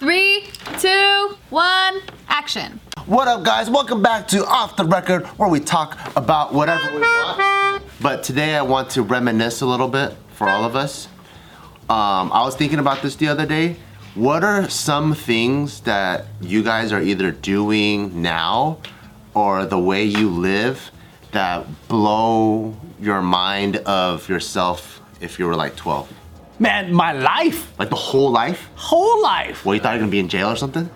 Three, two, one, action. What up, guys? Welcome back to Off the Record, where we talk about whatever we want. But today I want to reminisce a little bit for all of us. Um, I was thinking about this the other day. What are some things that you guys are either doing now or the way you live that blow your mind of yourself if you were like 12? Man, my life, Like the whole life? whole life. What, you thought you were gonna be in jail or something?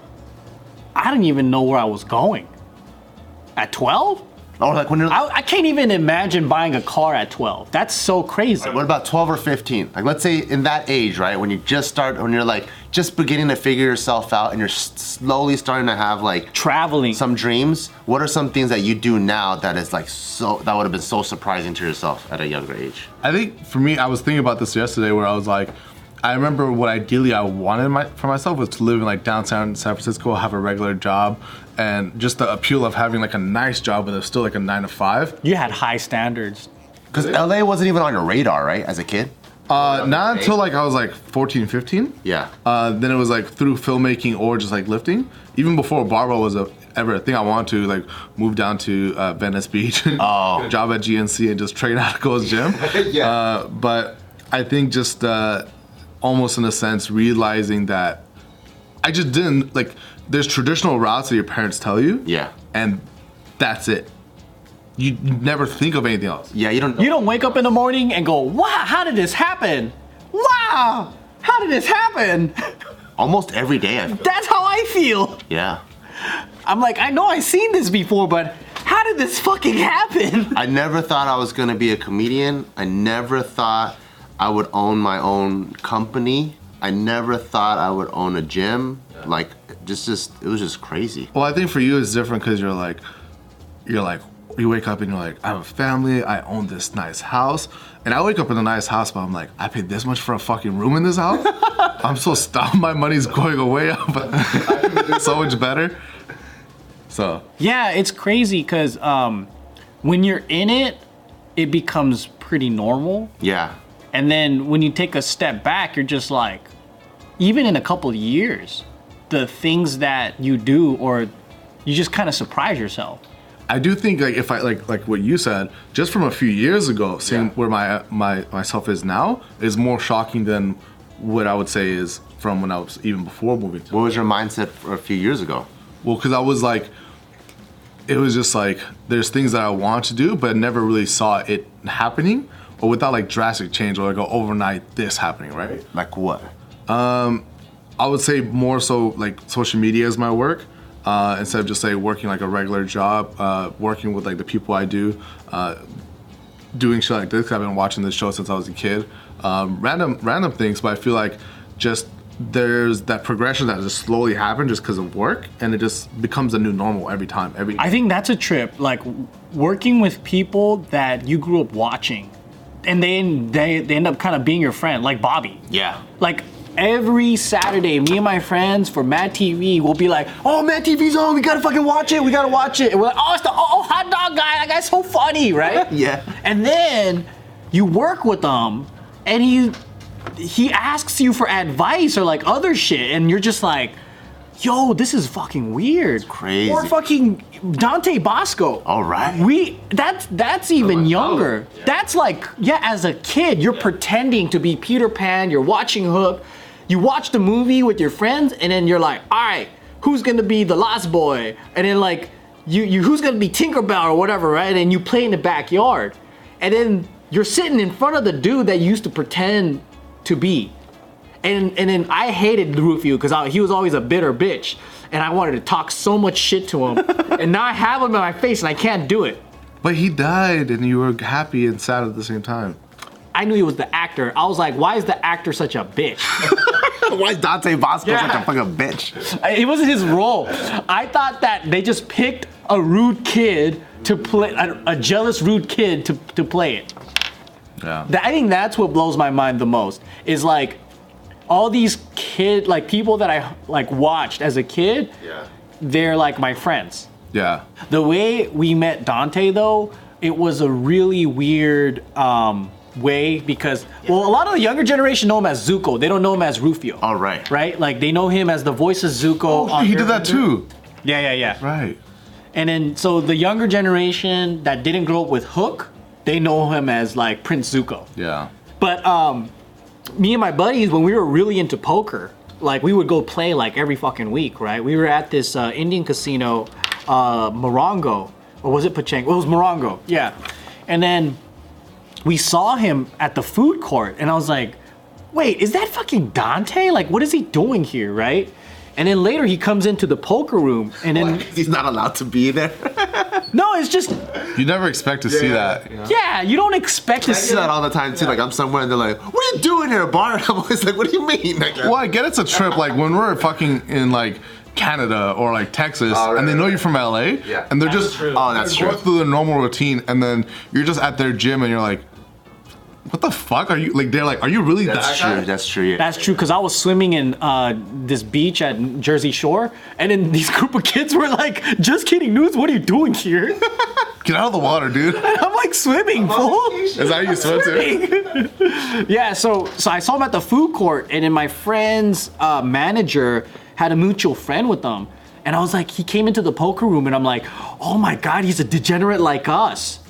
I didn't even know where I was going. At 12? Or like when you're I, I can't even imagine buying a car at 12. That's so crazy. What about 12 or 15? Like, let's say in that age, right? When you just start, when you're like just beginning to figure yourself out and you're s- slowly starting to have like Traveling. some dreams, what are some things that you do now that is like so, that would have been so surprising to yourself at a younger age? I think for me, I was thinking about this yesterday, where I was like, I remember what ideally I wanted my, for myself was to live in like downtown San Francisco, have a regular job, and just the appeal of having like a nice job, but it was still like a nine to five. you had high standards. Because LA wasn't even on your radar, right? As a kid? Uh, not until like I was like 14, 15. Yeah. Uh, then it was like through filmmaking or just like lifting. Even before Barbell was a, ever a thing, I wanted to like move down to uh, Venice Beach and job at GNC and just train out of Gold's Gym. Oh. Yeah. Uh, but I think just uh, almost in a sense realizing that I just didn't like. There's traditional routes that your parents tell you. Yeah. And that's it. You you never think of anything else. Yeah, you don't You don't wake up in the morning and go, wow, how did this happen? Wow, how did this happen? Almost every day, I feel. That's how I feel. Yeah. I'm like, I know I've seen this before, but how did this fucking happen? I never thought I was gonna be a comedian. I never thought I would own my own company. I never thought I would own a gym. Like, just, just, it was just crazy. Well, I think for you it's different because you're like, you're like, you wake up and you're like, I have a family, I own this nice house, and I wake up in a nice house, but I'm like, I paid this much for a fucking room in this house. I'm so stumped. My money's going away, but I can do so much better. So Yeah, it's crazy because um, when you're in it, it becomes pretty normal. Yeah. And then when you take a step back, you're just like, even in a couple of years, the things that you do, or you just kind of surprise yourself. I do think like if I like like what you said, just from a few years ago, seeing where my my myself is now is more shocking than what I would say is from when I was even before moving. To What was your mindset for a few years ago? Well, because I was like, it was just like there's things that I want to do, but never really saw it happening, or without like drastic change or like an overnight this happening, right? Like what? I would say more so like social media is my work. Uh, instead of just say working like a regular job, uh, working with like the people I do, uh, doing shit like this. I've been watching this show since I was a kid. Um, random, random things, but I feel like just there's that progression that just slowly happened just because of work, and it just becomes a new normal every time. Every I think that's a trip. Like w- working with people that you grew up watching, and they they, they end up kind of being your friend, like Bobby. Yeah. Like every Saturday, me and my friends for Mad TV will be like, "Oh, Mad TV's on. We gotta fucking watch it. We gotta watch it." And we're like, "Oh, it's the oh, oh hot dog guy. That guy's so funny, right?" Yeah. And then you work with them, and he he asks you for advice or like other shit, and you're just like. Yo, this is fucking weird. crazy. Or fucking Dante Bosco. All right. We that's that's even younger. That's like yeah, as a kid, you're pretending to be Peter Pan. You're watching Hook. You watch the movie with your friends, and then you're like, all right, who's gonna be the Lost Boy? And then like you you who's gonna be Tinkerbell or whatever, right? And you play in the backyard, and then you're sitting in front of the dude that you used to pretend to be. And and then I hated Rufio because he was always a bitter bitch, and I wanted to talk so much shit to him. and now I have him in my face, and I can't do it. but he died, and you were happy and sad at the same time. I knew he was the actor. I was like, why is the actor such a bitch? Why is Dante Bosco Yeah. such a fucking bitch? I- it wasn't his role. I thought that they just picked a rude kid to play a, a jealous rude kid to, to play it. Yeah. That- I think that's what blows my mind the most is like all these kid like people that I like watched as a kid. Yeah. They're like my friends. yeah. The way we met Dante, though, it was a really weird um, way because well, a lot of the younger generation know him as Zuko. They don't know him as Rufio. All right. Right? Like they know him as the voice of Zuko. Oh, on he did that Airbender. too. Yeah, yeah, yeah. Right. And then so the younger generation that didn't grow up with Hook, they know him as like Prince Zuko. Yeah. But um, me and my buddies, when we were really into poker, like we would go play like every fucking week, right? We were at this uh, Indian casino, uh, Morongo, or was it Pachango? It was Morongo, yeah. And then we saw him at the food court, and I was like, wait, is that fucking Dante? Like, what is he doing here, right? And then later he comes into the poker room, and then He's not allowed to be there. no, it's just You never expect to see that. yeah, you don't expect to I see see that all the time too. Like I'm somewhere and they're like, "What are you doing here, Bart?" I'm always like, "What do you mean?" Like, Well, I get it's a trip. Like when we're fucking in like Canada or like Texas, Oh, right, and they right, know right. you're from LA, Yeah. and they're That's just true. Oh, that's they're true. going through the normal routine, and then you're just at their gym, and you're like, "What the fuck are you?" Like they're like, "Are you really That's that?" guy?" true. That's true. Yeah. That's true, because I was swimming in uh, this beach at Jersey Shore, and then these group of kids were like, just kidding, Nudes, what are you doing here? Get out of the water, dude. I'm like, swimming, fool. Is that how you swim too? yeah, so so I saw him at the food court, and then my friend's uh, manager had a mutual friend with them, and I was like, he came into the poker room, and I'm like, oh my god, he's a degenerate like us.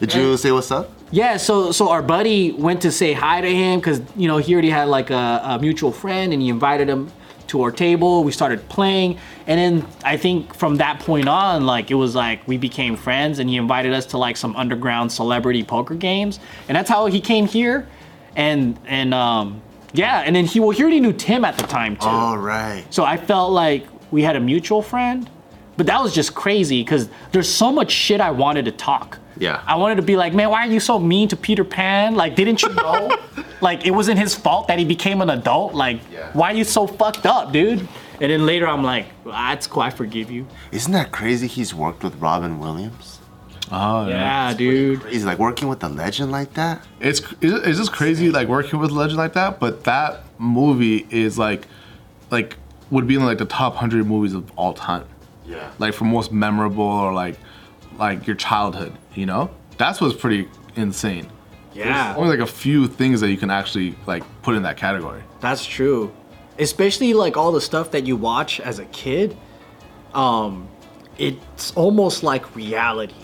Did you say what's up? Yeah, so so our buddy went to say hi to him because you know he already had like a, a mutual friend, and he invited him to our table. We started playing, and then I think from that point on, like it was like we became friends, and he invited us to like some underground celebrity poker games, and that's how he came here, and and um yeah, and then he well he already knew Tim at the time too. All right. So I felt like we had a mutual friend, but that was just crazy because there's so much shit I wanted to talk. Yeah. I wanted to be like, man, why are you so mean to Peter Pan? Like, didn't you know? like, it wasn't his fault that he became an adult. Like, Yeah. why are you so fucked up, dude? And then later I'm like, ah, it's cool, I forgive you. Isn't that crazy? He's worked with Robin Williams. Oh Yeah, dude. He's like working with a legend like that. it's it's just crazy like working with a legend like that but that movie is like like would be in like the top 100 movies of all time Yeah. like for most memorable or like like your childhood you know that's what's pretty insane Yeah, only like a few things that you can actually like put in that category that's true. Especially like all the stuff that you watch as a kid. Um, it's almost like reality.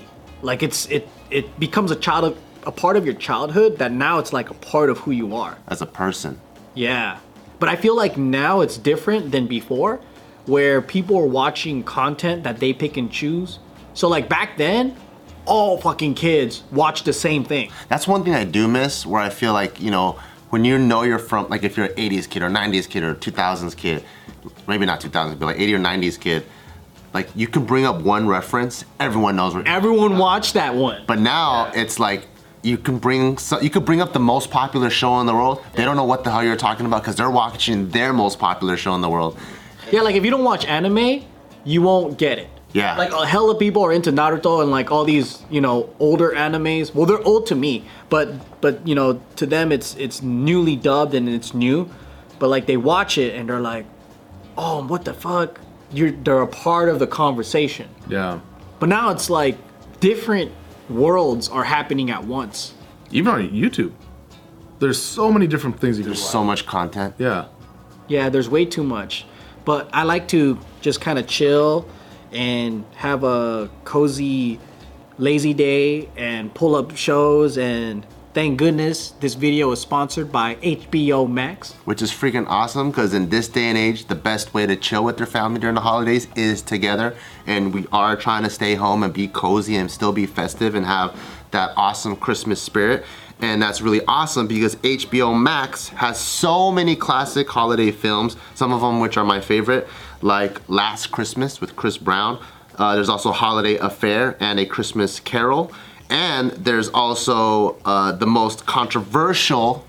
Like it's it it becomes a child of a part of your childhood that now it's like a part of who you are. As a person. Yeah. But I feel like now it's different than before, where people are watching content that they pick and choose. So, like back then, all fucking kids watched the same thing. That's one thing I do miss where I feel like, you know, when you know you're from, like if you're an 80s kid or 90s kid or 2000s kid, maybe not 2000s, but like 80 or 90s kid, like you can bring up one reference, everyone knows where. Everyone watched that one. But now it's like you can bring so, you could bring up the most popular show in the world. They don't know what the hell you're talking about because they're watching their most popular show in the world. Yeah, like if you don't watch anime, you won't get it. Yeah. Like a hell of people are into Naruto and like all these, you know, older animes. Well, they're old to me, but but you know, to them it's it's newly dubbed and it's new. But like they watch it and they're like, "Oh, what the fuck?" You're they're a part of the conversation. yeah But now it's like different worlds are happening at once. even on youtube there's so many different things you can There's watch. so much content. yeah Yeah, there's way too much. But I like to just kind of chill and have a cozy, lazy day and pull up shows. And thank goodness this video is sponsored by HBO Max. which is freaking awesome because in this day and age, the best way to chill with your family during the holidays is together. And we are trying to stay home and be cozy and still be festive and have that awesome Christmas spirit. And that's really awesome because HBO Max has so many classic holiday films, some of them which are my favorite, like Last Christmas with Chris Brown. Uh, there's also Holiday Affair and A Christmas Carol. And there's also uh, the most controversial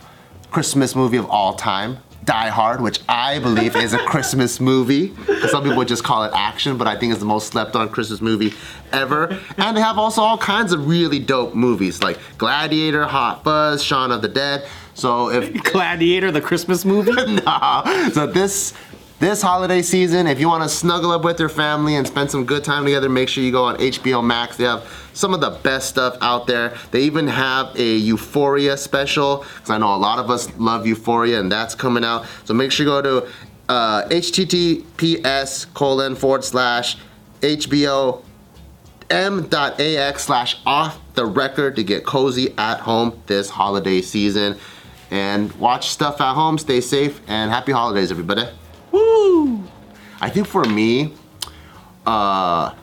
Christmas movie of all time, Die Hard, which I believe is a Christmas movie. 'Cause Some people just call it action, but I think it's the most slept on Christmas movie ever. And they have also all kinds of really dope movies like Gladiator, Hot Fuzz, Shaun of the Dead. So if Gladiator, the Christmas movie. nah, so this This holiday season, if you want to snuggle up with your family and spend some good time together, make sure you go on HBO Max. They have some of the best stuff out there. They even have a Euphoria special because I know a lot of us love Euphoria, and that's coming out. So make sure you go to uh, https colon forward slash HBO m.ax slash off the record to get cozy at home this holiday season and watch stuff at home stay safe and happy holidays everybody Woo! i think for me uh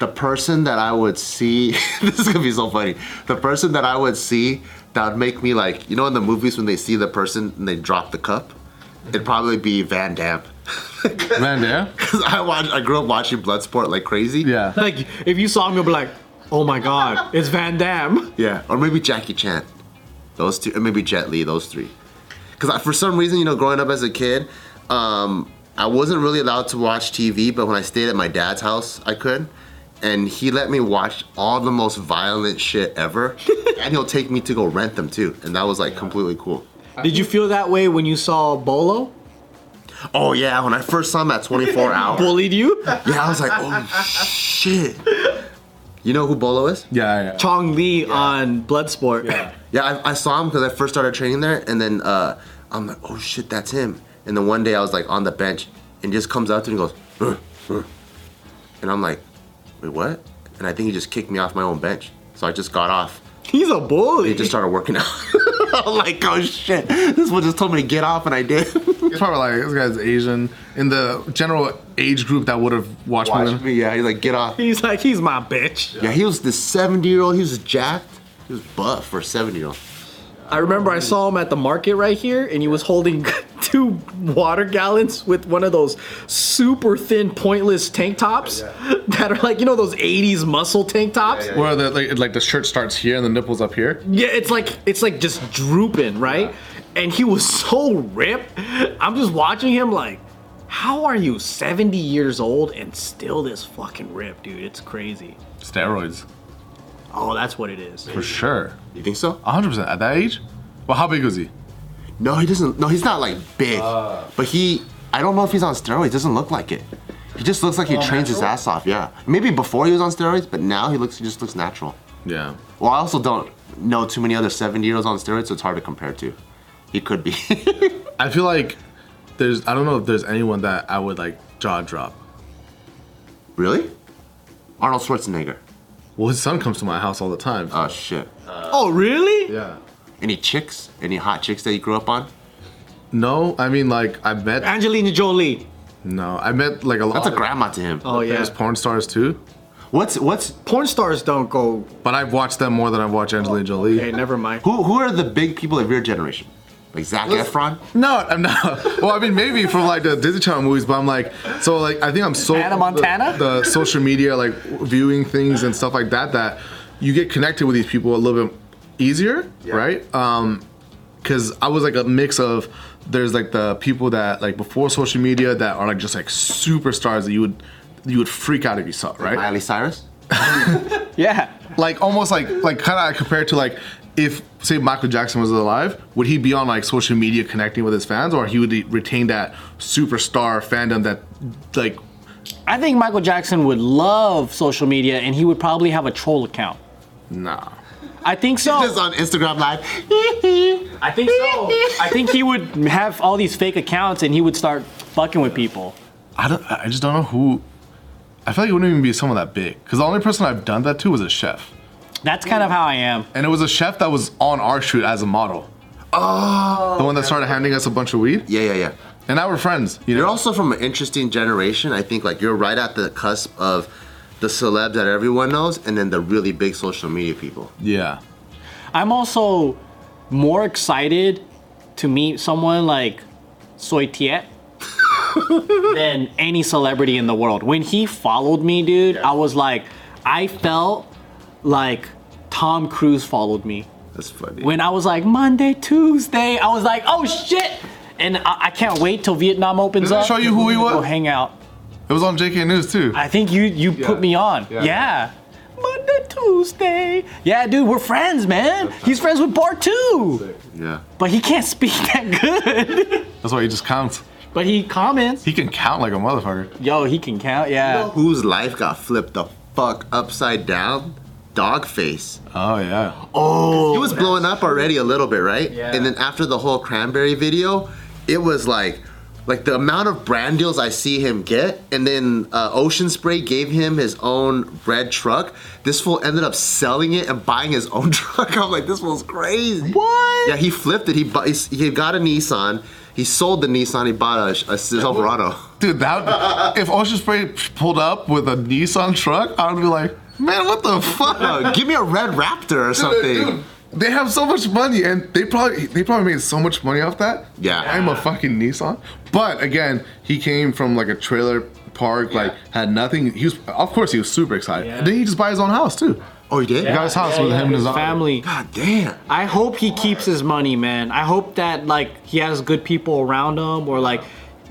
the person that i would see this is gonna be so funny the person that i would see that would make me like you know in the movies when they see the person and they drop the cup it'd probably be van damme Van Damme? because i watch i grew up watching bloodsport like crazy Yeah. Like if you saw him, you'll be like, oh my god, it's Van Damme. Yeah, or maybe Jackie Chan. Those two, or maybe Jet Li. Those three. Because for some reason, you know, growing up as a kid, um, I wasn't really allowed to watch TV. But when I stayed at my dad's house, I could, and he let me watch all the most violent shit ever, and he'll take me to go rent them too. And that was like completely cool. Did you feel that way when you saw Bolo Oh yeah, when I first saw him at 24 Hour, bullied you? yeah, I was like, oh shit. You know who Bolo is? Yeah, yeah. Chong Li on Bloodsport. Yeah, I, I saw him because I first started training there, and then uh, I'm like, oh shit, that's him. And then one day I was like on the bench, and he just comes out to me and goes, "Ugh, ugh." and I'm like, wait, what? And I think he just kicked me off my own bench. So I just got off. He's a bully. He just started working out. I'm like, oh shit, this one just told me to get off, and I did. It's probably like this guy's Asian in the general age group that would have watched Watch me. me, yeah, he's like, get off. He's like, he's my bitch. Yeah, he was this 70 year old, he was jacked. He was buff for a 70 year old. I remember I saw him at the market right here, and he was holding two water gallons with one of those super thin, pointless tank tops that are like, you know, those 80s muscle tank tops. Yeah, Where the like, like the shirt starts here and the nipples up here. it's like it's like just drooping, right? And he was so ripped. I'm just watching him like, how are you 70 years old and still this fucking ripped, dude? It's crazy. Steroids Oh, that's what it is. for sure. You think so? 100 percent at that age. Well, how big was he? No, he doesn't. No, he's not like big, but he. I don't know if he's on steroids. Doesn't look like it. He just looks like he trains his ass off. Yeah, maybe before he was on steroids, but now he looks. He just looks natural. Yeah. Well, I also don't know too many other 70 year olds on steroids, so it's hard to compare to. He could be. I feel like there's I don't know if there's anyone that I would like jaw drop. really? Arnold Schwarzenegger. Well, his son comes to my house all the time. Oh shit. Oh, really? yeah. Any chicks? Any hot chicks that you grew up on? No, I mean like I met. Angelina Jolie. No, I met like a lot. That's a of grandma to him. Oh, yeah. famous porn stars too. What's what's Porn stars don't go. But I've watched them more than I've watched Angelina Jolie. Hey, never mind. who who are the big people of your generation? Like Zach Efron? No, I'm not. Well, I mean, maybe for like the Disney Channel movies, but I'm like, so like, I think I'm so Hannah Montana? The, the social media, like viewing things and stuff like that, that you get connected with these people a little bit easier, right? Um, because I was like a mix of there's like the people that like before social media that are like just like superstars that you would you would freak out if you saw, right? Miley Cyrus? Yeah. like almost like like kind of compared to like if say Michael Jackson was alive, would he be on like social media connecting with his fans, or he would e, retain that superstar fandom that like I think Michael Jackson would love social media and he would probably have a troll account. nah. I think so. Just on Instagram Live. I think so. I think he would have all these fake accounts and he would start fucking with people. I don't. I just don't know who. I feel like it wouldn't even be someone that big because the only person I've done that to was a chef, That's kind of how I am. and it was a chef that was on our shoot as a model. Oh, the one that started handing us a bunch of weed, Yeah, yeah, yeah. and now we're friends. You know, You're also from an interesting generation. I think like you're right at the cusp of the celeb that everyone knows, and then the really big social media people. yeah. I'm also more excited to meet someone like Soy Tiet than any celebrity in the world. When he followed me, dude, I was like, I felt like Tom Cruise followed me. That's funny. When I was like Monday, Tuesday, I was like, oh shit! And I, I can't wait till Vietnam opens Does it up. show you who he was? Go hang out. It was on JK News too. I think you you put me on. Yeah. Yeah. Monday, Tuesday. Yeah, dude, we're friends, man. He's friends with Bart too. yeah. But he can't speak that good. That's why he just counts. But he comments. He can count like a motherfucker. Yo, he can count. You Yeah. know whose life got flipped the fuck upside down? Dogface. Oh yeah. He was blowing up already a little bit, right? Yeah. And then after the whole cranberry video, it was like, like the amount of brand deals I see him get, and then uh, Ocean Spray gave him his own red truck. This fool ended up selling it and buying his own truck. I'm like, this fool's crazy. What? Yeah, he flipped it. He bu- he got a Nissan. He sold the Nissan. He bought a, a Silverado. Dude, that if Ocean Spray pulled up with a Nissan truck, I would be like, man, what the fuck? Uh, give me a red Raptor or something. Dude, they have so much money, and they probably they probably made so much money off that. Yeah. I'm a fucking Nissan. But again, he came from like a trailer park, like had nothing. He was, of course, he was super excited. Yeah. And then he just buy his own house too. Oh, you did? He got his house Yeah, with yeah, him and his family. God damn. I hope he keeps his money, man. I hope that like he has good people around him or like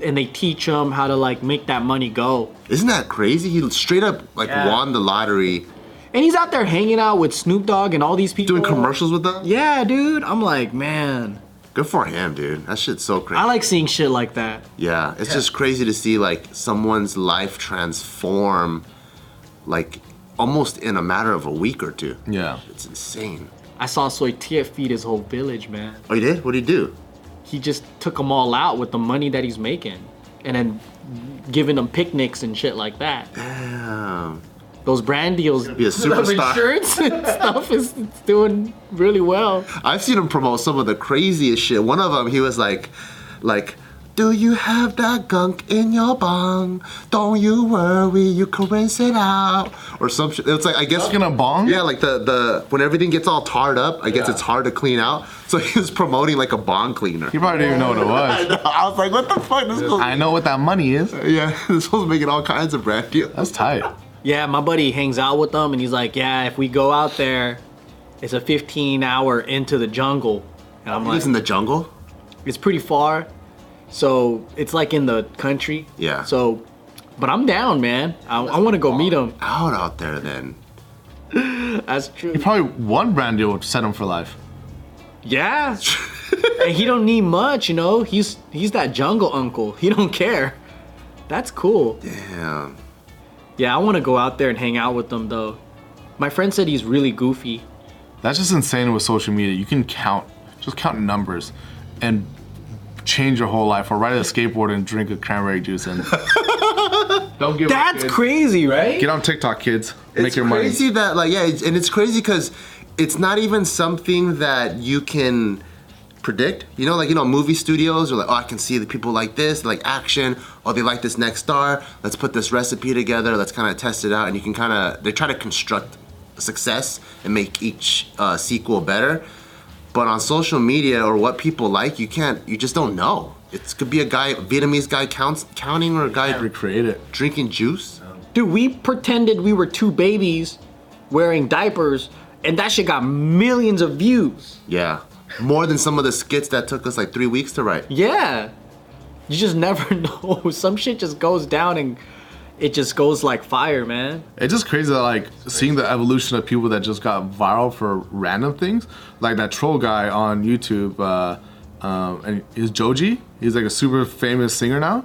and they teach him how to like make that money go. Isn't that crazy? He straight up like Yeah. won the lottery, And he's out there hanging out with Snoop Dogg and all these people. doing commercials with them. Yeah, dude. I'm like, man. Good for him, dude. That shit's so crazy. I like seeing shit like that. yeah, it's just crazy to see like someone's life transform, like almost in a matter of a week or two. Yeah. It's insane. I saw Soy Tia feed his whole village, man. Oh, you did? What did he do? He just took them all out with the money that he's making and then giving them picnics and shit like that. Um, Those brand deals. be a of superstar. insurance and stuff is it's doing really well. I've seen him promote some of the craziest shit. One of them, he was like, like, do you have that gunk in your bong? Don't you worry, you can rinse it out. Or some shit. It's like, I guess. Gunk in a bong? Yeah, like the, the, when everything gets all tarred up, I guess it's hard to clean out. So he was promoting like a bong cleaner. He probably didn't even know what it was. I was like, what the fuck? This fool's- I know what that money is. yeah, this was making all kinds of brand deals. That's tight. Yeah, my buddy hangs out with them and he's like, yeah, if we go out there, it's a 15 hour into the jungle. And I'm He like, lives in the jungle. it's pretty far. So it's like in the country. Yeah. So, but I'm down, man. I, I want to go meet him. Out out there then. That's true. Probably one brand deal would set him for life. Yeah. and he don't need much, you know. He's he's that jungle uncle. He don't care. That's cool. Damn. Yeah, I want to go out there and hang out with them though. My friend said he's really goofy. That's just insane with social media. You can count, just count numbers, and change your whole life. Or ride a skateboard and drink a cranberry juice. And don't give. That's up, kids. crazy, right? Get on TikTok, kids. Make it's your crazy money. that like yeah, it's, and it's crazy because it's not even something that you can predict. You know, like you know, movie studios are like, oh, I can see the people like this, like action. Oh, they like this next star. Let's put this recipe together. Let's kind of test it out, and you can kind of they try to construct success and make each uh, sequel better. But on social media or what people like, you can't. You just don't know. It could be a guy, Vietnamese guy counts, counting, or a guy Recreate it. drinking juice. Dude, we pretended we were two babies wearing diapers, and that shit got millions of views. Yeah. More than some of the skits that took us like three weeks to write. Yeah. You just never know. Some shit just goes down and it just goes like fire, man. It's just crazy that like seeing the evolution of people that just got viral for random things, like that troll guy on YouTube, uh, um, and is Joji. He's like a super famous singer now.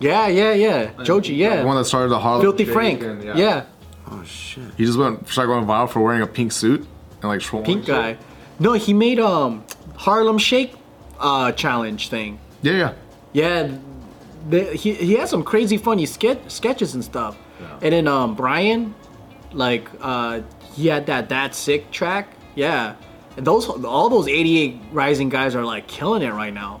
Yeah, yeah, yeah. Joji, yeah. The one that started the Harlem. Filthy Shake Frank. and- yeah. Oh shit. He just went started going viral for wearing a pink suit and like trolling. Pink guy. No, he made um Harlem Shake uh challenge thing. Yeah, yeah. Yeah. The, he he has some crazy funny sketch sketches and stuff. And then um Brian like uh he had that that sick track. Yeah. And those all those 88 rising guys are like killing it right now.